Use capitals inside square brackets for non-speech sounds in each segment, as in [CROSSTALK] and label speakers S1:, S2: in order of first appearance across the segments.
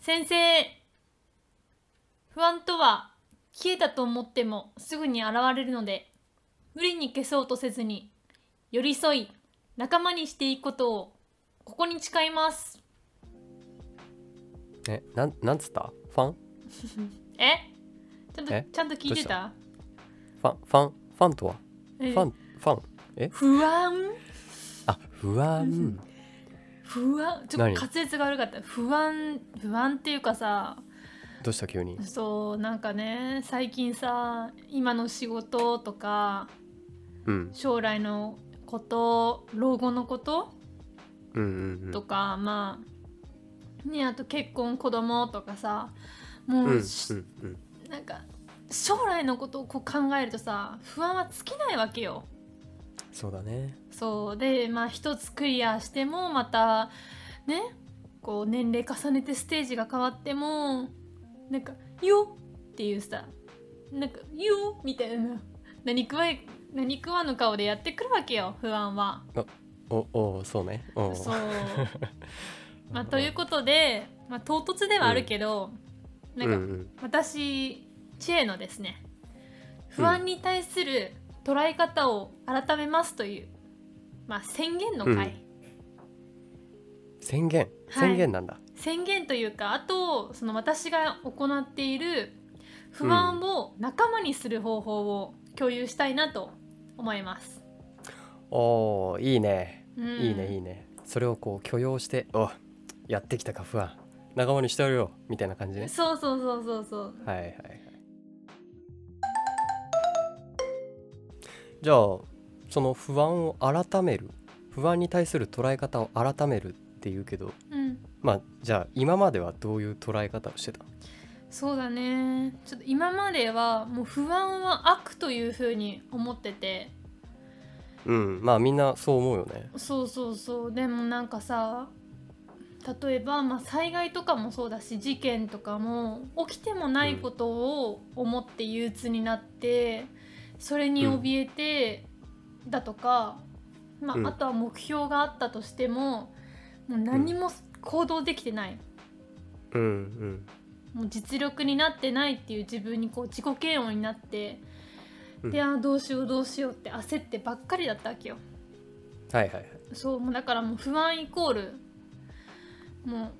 S1: 先生不安とは消えたと思ってもすぐに現れるので無理に消そうとせずに寄り添い仲間にしていくことをここに誓います [LAUGHS]
S2: えなんなんつったファン
S1: えちゃんと
S2: え
S1: ちゃんと聞いてた
S2: ファンファンファンとは
S1: フ
S2: ファンファンえ
S1: 不安
S2: あ不安
S1: 不安ちょっ
S2: 何
S1: と滑舌が悪かった不安不安っていうかさ
S2: どうした急に
S1: そうなんかね最近さ今の仕事とか
S2: うん
S1: 将来のこと老後のこと
S2: うんうんう
S1: と
S2: ん
S1: か、まあねあと結婚子供とかさもう、
S2: うんうん
S1: し
S2: うん
S1: なんか将来のことをこう考えるとさ不安は尽きないわけよ。
S2: そうだね
S1: そうでまあ一つクリアしてもまたねこう年齢重ねてステージが変わってもなんか「よ」っていうさなんか「よ」みたいな何食わい何食わぬ顔でやってくるわけよ不安は。
S2: おおそうねおう [LAUGHS]
S1: そうまあということで、まあ、唐突ではあるけど、
S2: う
S1: なんん
S2: う
S1: か、
S2: ん
S1: 私知恵のですね不安に対する捉え方を改めますという、まあ、宣言の回、
S2: 宣言
S1: はい
S2: 宣言なんだ
S1: 宣言というかあとその私が行っている不安を仲間にする方法を共有したいなと思います。
S2: おーいいね
S1: うん
S2: いいねいいねそれをこう許容しておやってきたか不安仲間にしてやるよみたいな感じね
S1: そうそうそうそうそう
S2: はいはいはいじゃあその不安を改める不安に対する捉え方を改めるっていうけど
S1: うん
S2: まあじゃあ今まではどういう捉え方をしてた
S1: そうだねちょっと今まではもう不安は悪というふうに思ってて
S2: うんまあみんなそう思うよね
S1: そうそうそうでもなんかさ例えば、まあ、災害とかもそうだし事件とかも起きてもないことを思って憂鬱になってそれに怯えてだとか、ま
S2: うん
S1: あ、あとは目標があったとしてももう何も行動できてない、
S2: うんうん
S1: もう実力になってないっていう自分にこう自己嫌悪になって、
S2: うん
S1: であーどうしようどうしようって焦ってばっかりだったわけよ。
S2: はいはいはい
S1: そうもうだからもう不安イコールも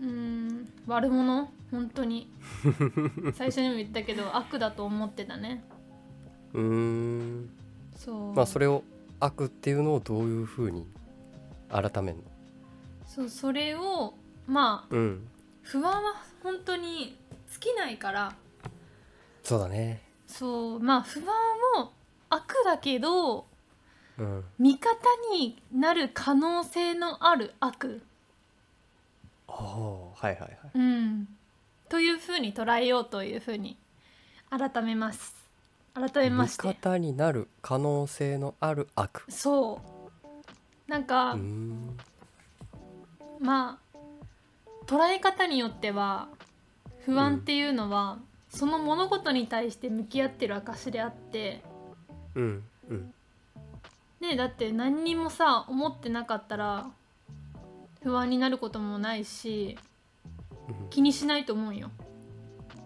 S1: ううーん悪者本当
S2: [LAUGHS]
S1: に最初にも言ったけど悪だと思ってたね
S2: うーん
S1: そう,、
S2: まあそれを悪っていうのをどういうふうに改めるの
S1: そうそれをまあ
S2: うん
S1: 不安は本当に尽きないから
S2: そうだね
S1: そうまあ不安も悪だけど
S2: うん
S1: 味方になる可能性のある悪、
S2: ああはいはいはい
S1: うん、というふうに捉えようというふうに改めます改めまし
S2: 味
S1: て
S2: 方になる可能性のある悪
S1: そうなんか、
S2: うーん
S1: まあ捉え方によっては不安っていうのは、その物事に対して向き合ってる証であって
S2: うんうん
S1: ねえだって何にもさ思ってなかったら不安になることもないし気にしないと思うよ。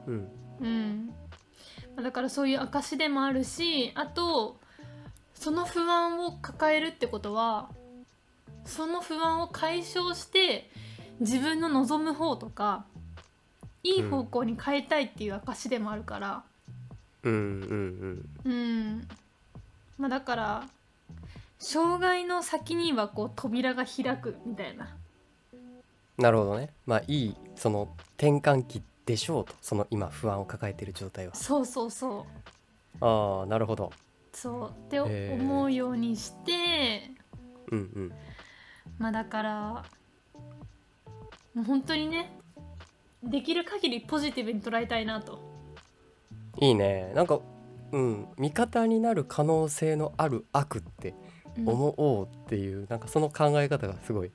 S2: うんうん
S1: うん、まあだからそういう証でもあるしあとその不安を抱えるってことはその不安を解消して自分の望む方とかいい方向に変えたいっていう証でもあるから、
S2: うんうん
S1: うんまあ、だから障害の先にはこう扉が開くみたいな
S2: なるほどねまあいいその転換期でしょうとその今不安を抱えている状態は
S1: そうそうそう
S2: ああなるほど
S1: そうって
S2: へー
S1: 思うようにして。
S2: うんうん
S1: まあだからもう本当にねできる限りポジティブに捉えたいなと
S2: いいねなんかうん味方になる可能性のある悪って
S1: うん
S2: 思おうっていう、なんかその考え方がすごい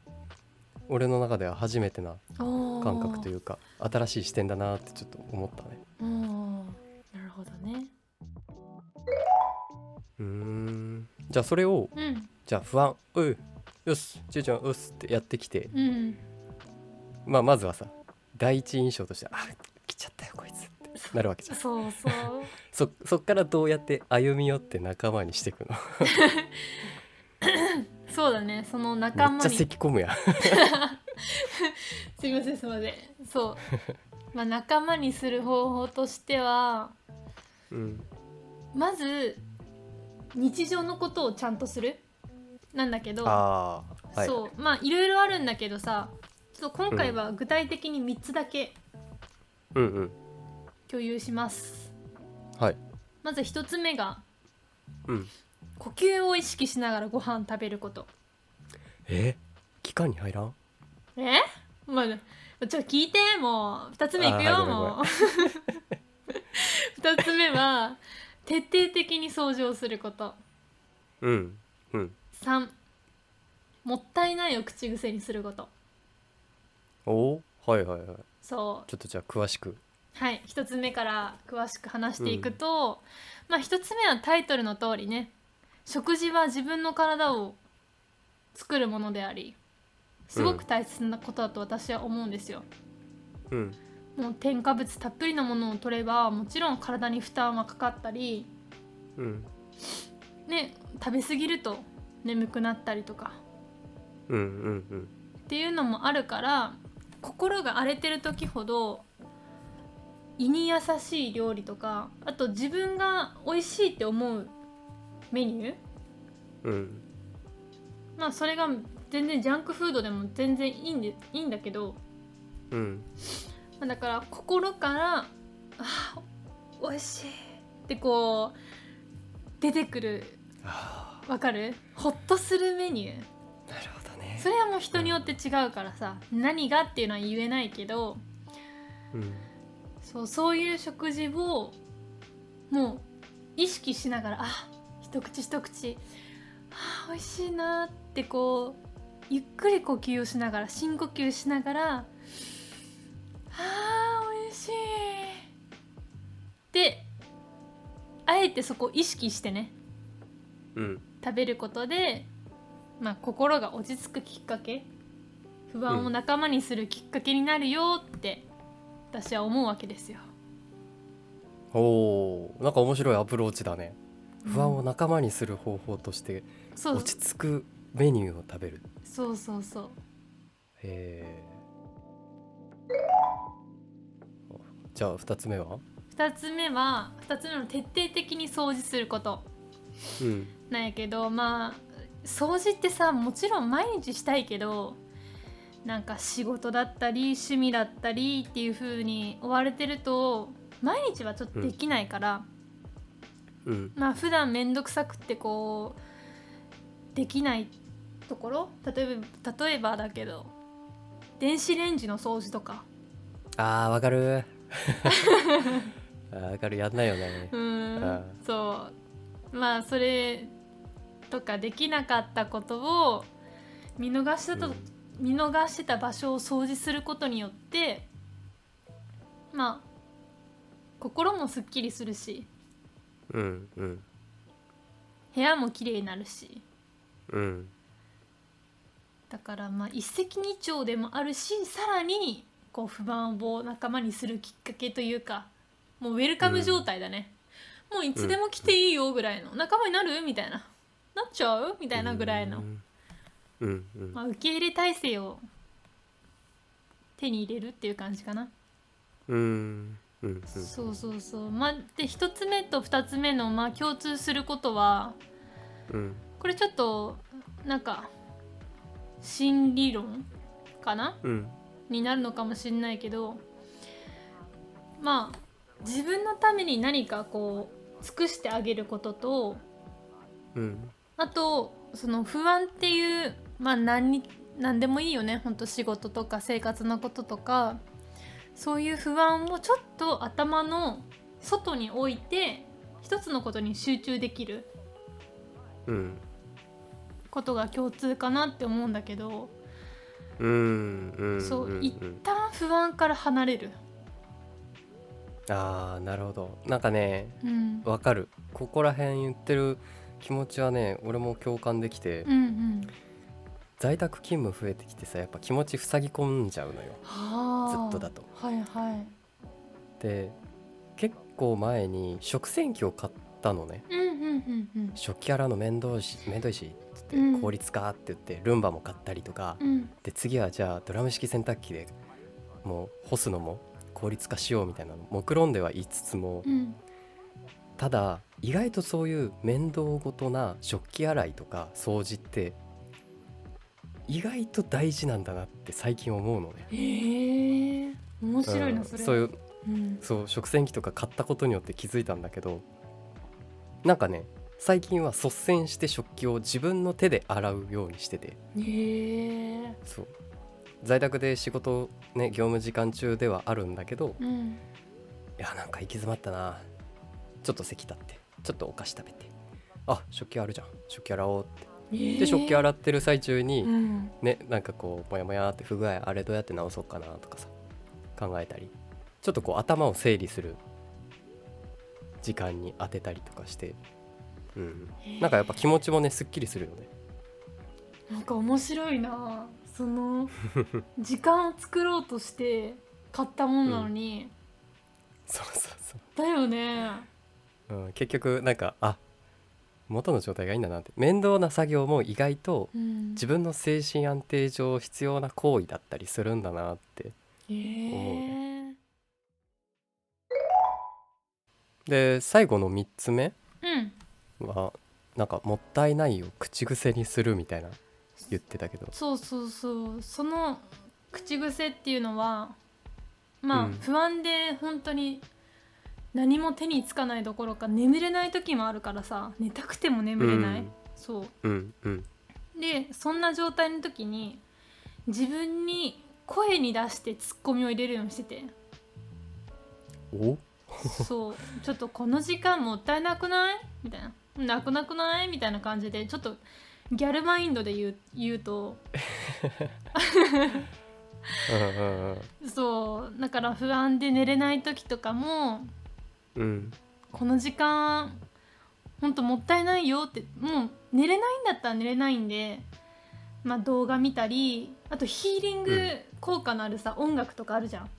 S2: 俺の中では初めてな
S1: おー
S2: 感覚というか新しい視点だなってちょっと思ったね
S1: おーなるほどね
S2: うーんじゃあそれを
S1: うん
S2: じゃあ不安「ううよしちゅうちゃんうっす」ってやってきて、
S1: うん
S2: まあ、まずはさ第一印象としてあ来ちゃったよこいつってなるわけじゃん
S1: そうそう
S2: そそっからどうやって歩み寄って仲間にしていくの
S1: そうだねその仲
S2: めっ
S1: 間
S2: ちゃ
S1: にす
S2: 咳込むやん
S1: いませんすいません
S2: [LAUGHS]
S1: そうまあ仲間にする方法としては
S2: うん
S1: まず日常のことをちゃんとするなんだけど
S2: ああはい
S1: そうまあいろいろあるんだけどさちょっと今回は具体的に3つだけ
S2: うんうん
S1: 共有します、
S2: はい
S1: まず1つ目が
S2: うん
S1: 呼吸を意識しながらご飯食べること
S2: え期間に入らん
S1: えまあ、ちょっと聞いてもう2つ目いく
S2: あーは
S1: よ
S2: いごめん
S1: [LAUGHS] もう2つ目は徹底的に掃除をすること
S2: うんうん
S1: 3もったいないを口癖にすること
S2: おおはいはいはい
S1: そう
S2: ちょっとじゃあ詳しく
S1: はい、一つ目から詳しく話していくと、まあ一つ目はタイトルの通りね食事は自分の体を作るものでありすごく大切なことだと私は思うんですよ。
S2: うん
S1: もう添加物たっぷりのものを取ればもちろん体に負担はかかったり、
S2: うん
S1: ね、食べ過ぎると眠くなったりとか
S2: うんうんうん
S1: っていうのもあるから心が荒れてる時ほど胃に優しい料理とかあと自分が美味しいって思うメニュー
S2: うん
S1: まあそれが全然ジャンクフードでも全然いいんでいいんだけど
S2: うん
S1: まあだから心から「あー美味しい」ってこう出てくる
S2: あ
S1: わかるほっとするメニュー
S2: あなるほどね
S1: それはもう人によって違うからさ何がっていうのは言えないけど
S2: うん
S1: そうそういう食事をもう意識しながらあ一口一口あ美味しいなってこうゆっくり呼吸をしながら深呼吸しながらあー美味しいであえてそこを意識してね
S2: うん
S1: 食べることで、まあ、心が落ち着くきっかけ不安を仲間にするきっかけになるよって私は思うわけですよ。
S2: おーなんか面白いアプローチだね不安を仲間にする方法として
S1: そう
S2: 落ち着くメニューを食べる
S1: そうそうそう
S2: へえじゃあ2つ目は
S1: 2つ目は2つ目の徹底的に掃除すること
S2: うん
S1: なんやけどまあ掃除ってさもちろん毎日したいけどなんか仕事だったり趣味だったりっていう風に追われてると毎日はちょっとできないから、
S2: うん
S1: まあ普段面倒くさくってこうできないところ例えば例えばだけど電子レンジの掃除とか
S2: あーわかる [LAUGHS] あーわかるやんないよね
S1: うーん
S2: ああ
S1: そうまあそれとかできなかったことを見逃してた、
S2: うん
S1: 見逃してた場所を掃除することによってまあ心もすっきりするし
S2: うんうん
S1: 部屋も綺麗になるし
S2: うん
S1: だからまあ一石二鳥でもあるしさらにこう不満を仲間にするきっかけというかもうウェルカム状態だね、もういつでも来ていいよぐらいの、仲間になるみたいななっちゃうみたいなぐらいの、
S2: うんうんうん
S1: まあ、受け入れ体制を手に入れるっていう感じかな、
S2: うんうんうん
S1: そうそうそうまあで1つ目と2つ目のまあ共通することは
S2: うん
S1: これちょっとなんか心理論かな
S2: うん
S1: になるのかもしれないけどまあ自分のために何かこう尽くしてあげることと
S2: うん
S1: あとその不安っていうまあ何に何でもいいよねほんと仕事とか生活のこととかそういう不安をちょっと頭の外に置いて一つのことに集中できる
S2: うん
S1: ことが共通かなって思うんだけど
S2: うんうん
S1: そう
S2: うん
S1: 一旦不安から離れる。
S2: ああなるほどなんかね
S1: うん、
S2: わかるここら辺言ってる気持ちはね俺も共感できて、
S1: うん、うん
S2: 在宅勤務増えてきてさやっぱ気持ち塞ぎ込んじゃうのよ
S1: はあ
S2: ずっとだと
S1: ははいはい
S2: で結構前に食洗機を買ったのね
S1: うんうんうんうん
S2: 食器洗うの面倒いし面倒いしっつって
S1: うん
S2: 効率化って言ってルンバも買ったりとか、
S1: うん
S2: で次はじゃあドラム式洗濯機でもう干すのも効率化しようみたいなの目論んでは言いつつも
S1: うん
S2: ただ意外とそういう面倒ごとな食器洗いとか掃除って意外と大事なんだなって最近思うのね。
S1: へえ面白いな
S2: うん
S1: それ
S2: そういう
S1: うん
S2: そう食洗機とか買ったことによって気づいたんだけどなんかね最近は率先して食器を自分の手で洗うようにしてて
S1: へえ
S2: そう在宅で仕事ね業務時間中ではあるんだけど
S1: うん
S2: いやなんか行き詰まったなちょっと席立ってちょっとお菓子食べてあ食器あるじゃん食器洗おうってで食器
S1: 洗
S2: 洗ってる最中に、
S1: うん
S2: ねなんかこうモヤモヤって不具合あれどうやって直そうかなとかさ考えたりちょっとこう頭を整理する時間に当てたりとかして、うん、なんかやっぱ気持ちもねすっきりするよね [LAUGHS]
S1: なんか面白いなそ
S2: [LAUGHS]
S1: の時間を作ろうとして買ったもんなのに、
S2: そうそうそ
S1: だよね
S2: う、うん、結局なんかあ元の状態がいいんだなって面倒な作業も意外と
S1: うん
S2: 自分の精神安定上必要な行為だったりするんだなって
S1: へえ
S2: で最後の3つ目
S1: うん
S2: はなんか「もったいない」を口癖にするみたいな言ってたけど
S1: そうそうそうその口癖っていうのはまあ、
S2: うん
S1: 不安で本当に何も手につかないどころか眠れない時もあるからさ寝たくても眠れない、
S2: うん
S1: そう
S2: うんうん
S1: でそんな状態の時に自分に声に出してツッコミを入れるようにして
S2: [LAUGHS]
S1: て
S2: お
S1: そうちょっとこの時間もったいなくないみたいななくなくないみたいな感じでちょっとギャルマインドで言う言うと
S2: うんうんうん
S1: そうだから不安で寝れない時とかも
S2: うん
S1: この時間ほんともったいないよってもう寝れないんだったら寝れないんで、まあ、動画見たりあとヒーリン
S2: う
S1: グ
S2: ん
S1: 効果のあるさ、音楽とかあるじゃん。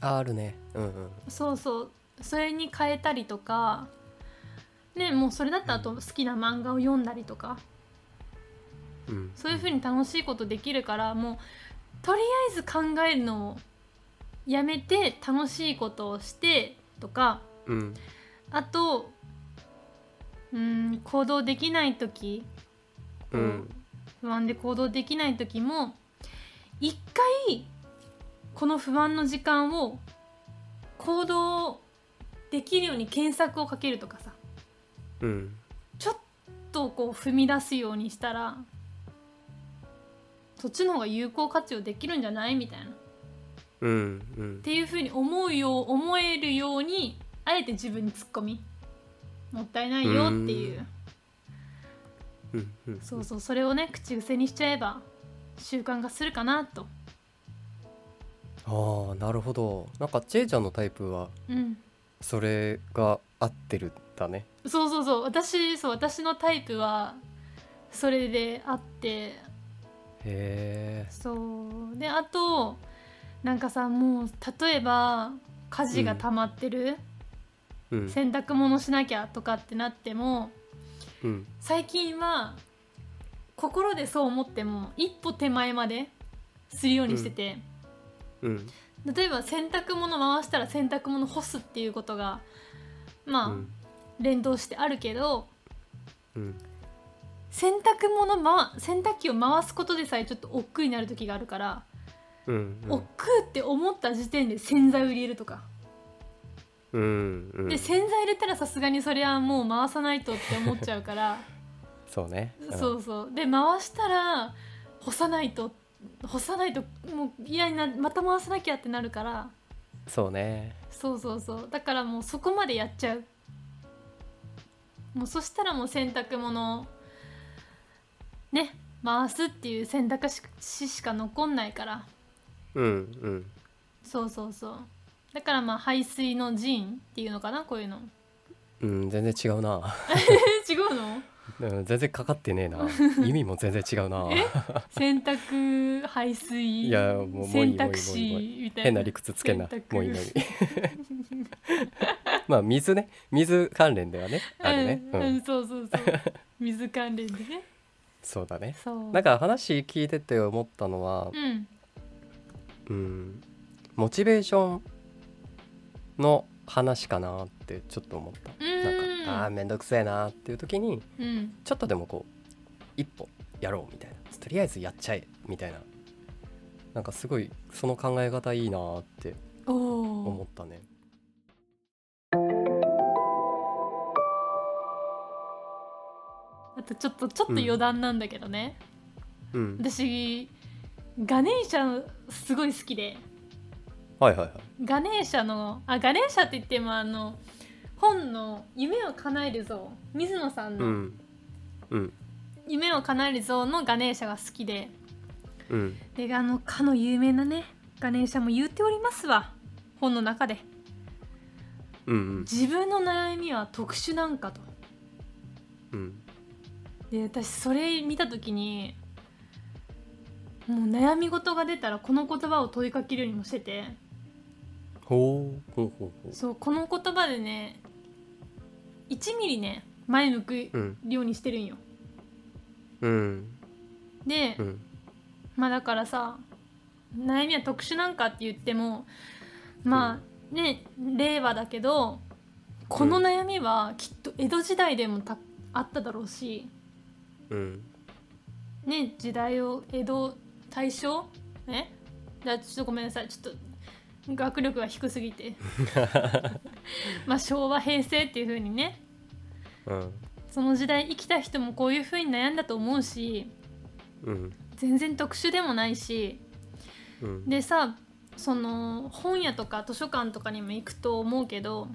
S2: ああるねうんうん
S1: そうそうそれに変えたりとかねもうそれだったらあと好きな漫画を読んだりとか
S2: うん
S1: そういう風に楽しいことできるからもうとりあえず考えるのをやめて楽しいことをしてとか
S2: うん
S1: あとうん行動できない時
S2: う
S1: こうん不安で行動できない時も一回この不安の時間を行動できるように検索をかけるとかさ
S2: うん
S1: ちょっとこう踏み出すようにしたらそっちの方が有効活用できるんじゃないみたいなっ
S2: うんうん
S1: ていうふうに思うよう思えるようにあえて自分にツッコミもったいないよっていう
S2: ううんうん
S1: そうそうそれをね口癖にしちゃえば習慣化するかなと
S2: ああなるほどなんかちえちゃんのタイプは
S1: うん
S2: それが合ってるんだね
S1: そうそうそう私そう私のタイプはそれであって
S2: へえ
S1: そうであとなんかさもう例えば家事が溜まってる、
S2: うん
S1: 洗濯物しなきゃとかってなっても
S2: うん
S1: 最近は心でそう思っても一歩手前までするようにしてて、
S2: うん
S1: 例えば洗濯物回したら洗濯物干すっていうことがまあ、
S2: うん
S1: 連動してあるけど
S2: うん
S1: 洗濯物、ま、洗濯機を回すことでさえちょっと億劫になる時があるから、
S2: うんうん
S1: 億劫って思った時点で洗剤を入れるとか、
S2: うんうん
S1: で洗剤入れたらさすがにそれはもう回さないとって思っちゃうから
S2: [LAUGHS] そうね
S1: そうそうで回したら干さないと干さないともう嫌になまた回さなきゃってなるから
S2: うんそうね
S1: そうそうそうだからもうそこまでやっちゃうもうそしたらもう洗濯物をね回すっていう選択肢しか残んないから
S2: うんうん
S1: そうそうそうだからまあ排水の陣っていうのかなこういうの
S2: うん全然違うな
S1: 違うの
S2: でも全然かかってねえな意味も全然違うな
S1: 洗濯排水
S2: いやもうもういい
S1: 洗濯
S2: もういいもうい
S1: 肢
S2: い
S1: みたいな
S2: 変な理屈つ
S1: [LAUGHS]
S2: けんな
S1: 洗濯
S2: もういいのに [LAUGHS] まあ水ね水関連ではねあるね、
S1: う、
S2: うんん
S1: うん、そうそうそう水関連でね
S2: そうだね
S1: そう
S2: なんか話聞いてて思ったのは
S1: うん
S2: うんモチベーションの話かなってちょっと思った
S1: う
S2: なん
S1: ん
S2: かあーめんどくせえなっていう時に
S1: うん
S2: ちょっとでもこう一歩やろうみたいなとりあえずやっちゃえみたいななんかすごいその考え方いいなーって
S1: お
S2: 思
S1: お
S2: ったね
S1: あとちょっとちょっと余談なんだけどね、
S2: うん
S1: 私ガネーシャすごい好きで
S2: はいはいはい
S1: ガネーシャのあガネーシャって言ってもあの本の「夢を叶えるぞ」水野さん
S2: う
S1: の
S2: んうん
S1: 「夢を叶えるぞ」のガネーシャが好きで、
S2: うん
S1: であのかの有名なねガネーシャも言っておりますわ本の中で
S2: うんうん
S1: 自分の悩みは特殊なんかと
S2: うん
S1: で私それ見た時にもう悩み事が出たらこの言葉を問いかけるようにもしてて
S2: ほうほうほうほ
S1: そうこの言葉でね1ミリね前向く
S2: ううん
S1: ようにしてるんよ
S2: うん
S1: で、
S2: うん
S1: まあだからさ悩みは特殊なんかって言ってもまあね令和だけどこの悩みはきっと江戸時代でもたあっただろうし
S2: うん
S1: ね時代を江戸大正ねだちょっとごめんなさいちょっと学力が低すぎ
S2: [LAUGHS]
S1: てまあ昭和平成っていう風にね
S2: うん
S1: その時代生きた人もこういう風に悩んだと思うし
S2: うん
S1: 全然特殊でもないし
S2: うん
S1: でさその本屋とか図書館とかにも行くと思うけど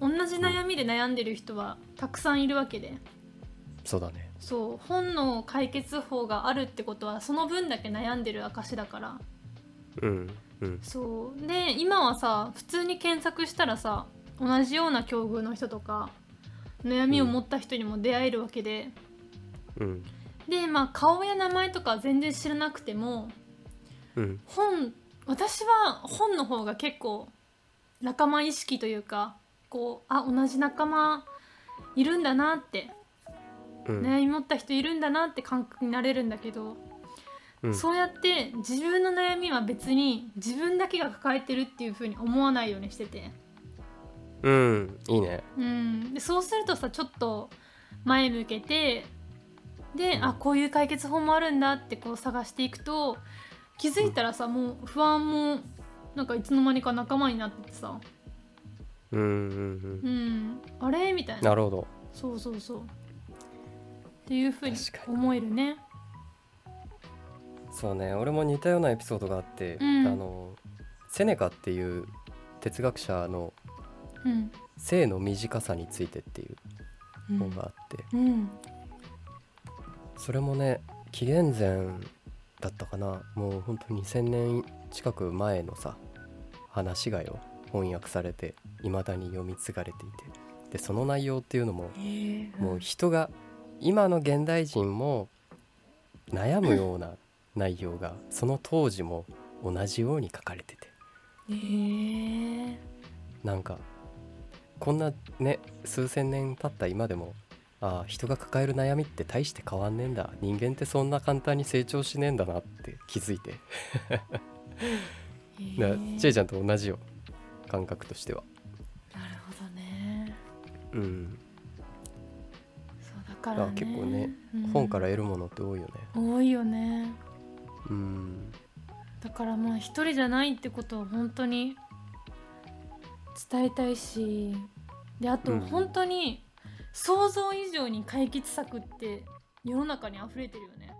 S1: 同じ悩みで悩んでる人はたくさんいるわけで
S2: そうだね
S1: そう本の解決法があるってことはその分だけ悩んでる証だから
S2: うんうん
S1: そうで今はさ普通に検索したらさ同じような境遇の人とか悩みを持った人にも出会えるわけで、
S2: うん
S1: でまあ顔や名前とかは全然知らなくても
S2: うん
S1: 本私は本の方が結構仲間意識というかこうあ同じ仲間いるんだなって
S2: うん
S1: 悩み持った人いるんだなって感覚になれるんだけど、
S2: うん
S1: そうやって自分の悩みは別に自分だけが抱えてるっていう風に思わないようにしてて、
S2: うんいいね
S1: うん、でそうするとさちょっと前向けてであこういう解決法もあるんだってこう探していくと気づいたらさもう不安もなんかいつの間にか仲間になっててさ、
S2: うんうん
S1: うん、あれみた
S2: う
S1: い
S2: ん
S1: な
S2: なるほど
S1: そうそうそうっていう風に
S2: 確かに
S1: 思えるね。
S2: そうね俺も似たようなエピソードがあって、
S1: うん
S2: あのセネカっていう哲学者の
S1: うん
S2: 性の短さについてっていう
S1: う
S2: 本
S1: ん
S2: があって、
S1: うん
S2: それもね紀元前だったかなもうほんと2,000年近く前のさ話がよ翻訳されて未だに読み継がれていてでその内容っていうのも
S1: えー
S2: もう人が今の現代人も悩むような内容がその当時も同じように書かれてて
S1: えー
S2: なんかこんなね数千年経った今でもああ人が抱える悩みって大して変わんねえんだ人間ってそんな簡単に成長しねえんだなって気づいて
S1: えー
S2: だからちえちゃんと同じよ感覚としては。
S1: なるほどね
S2: うん、
S1: そうだからね
S2: あ結構ね、
S1: うん
S2: 本から得るものって多いよね。
S1: 多いよね
S2: うん、
S1: だからまあ一人じゃないってことを本当に伝えたいしであと
S2: うん
S1: 本当に想像以上に解決策って世の中に溢れてるよね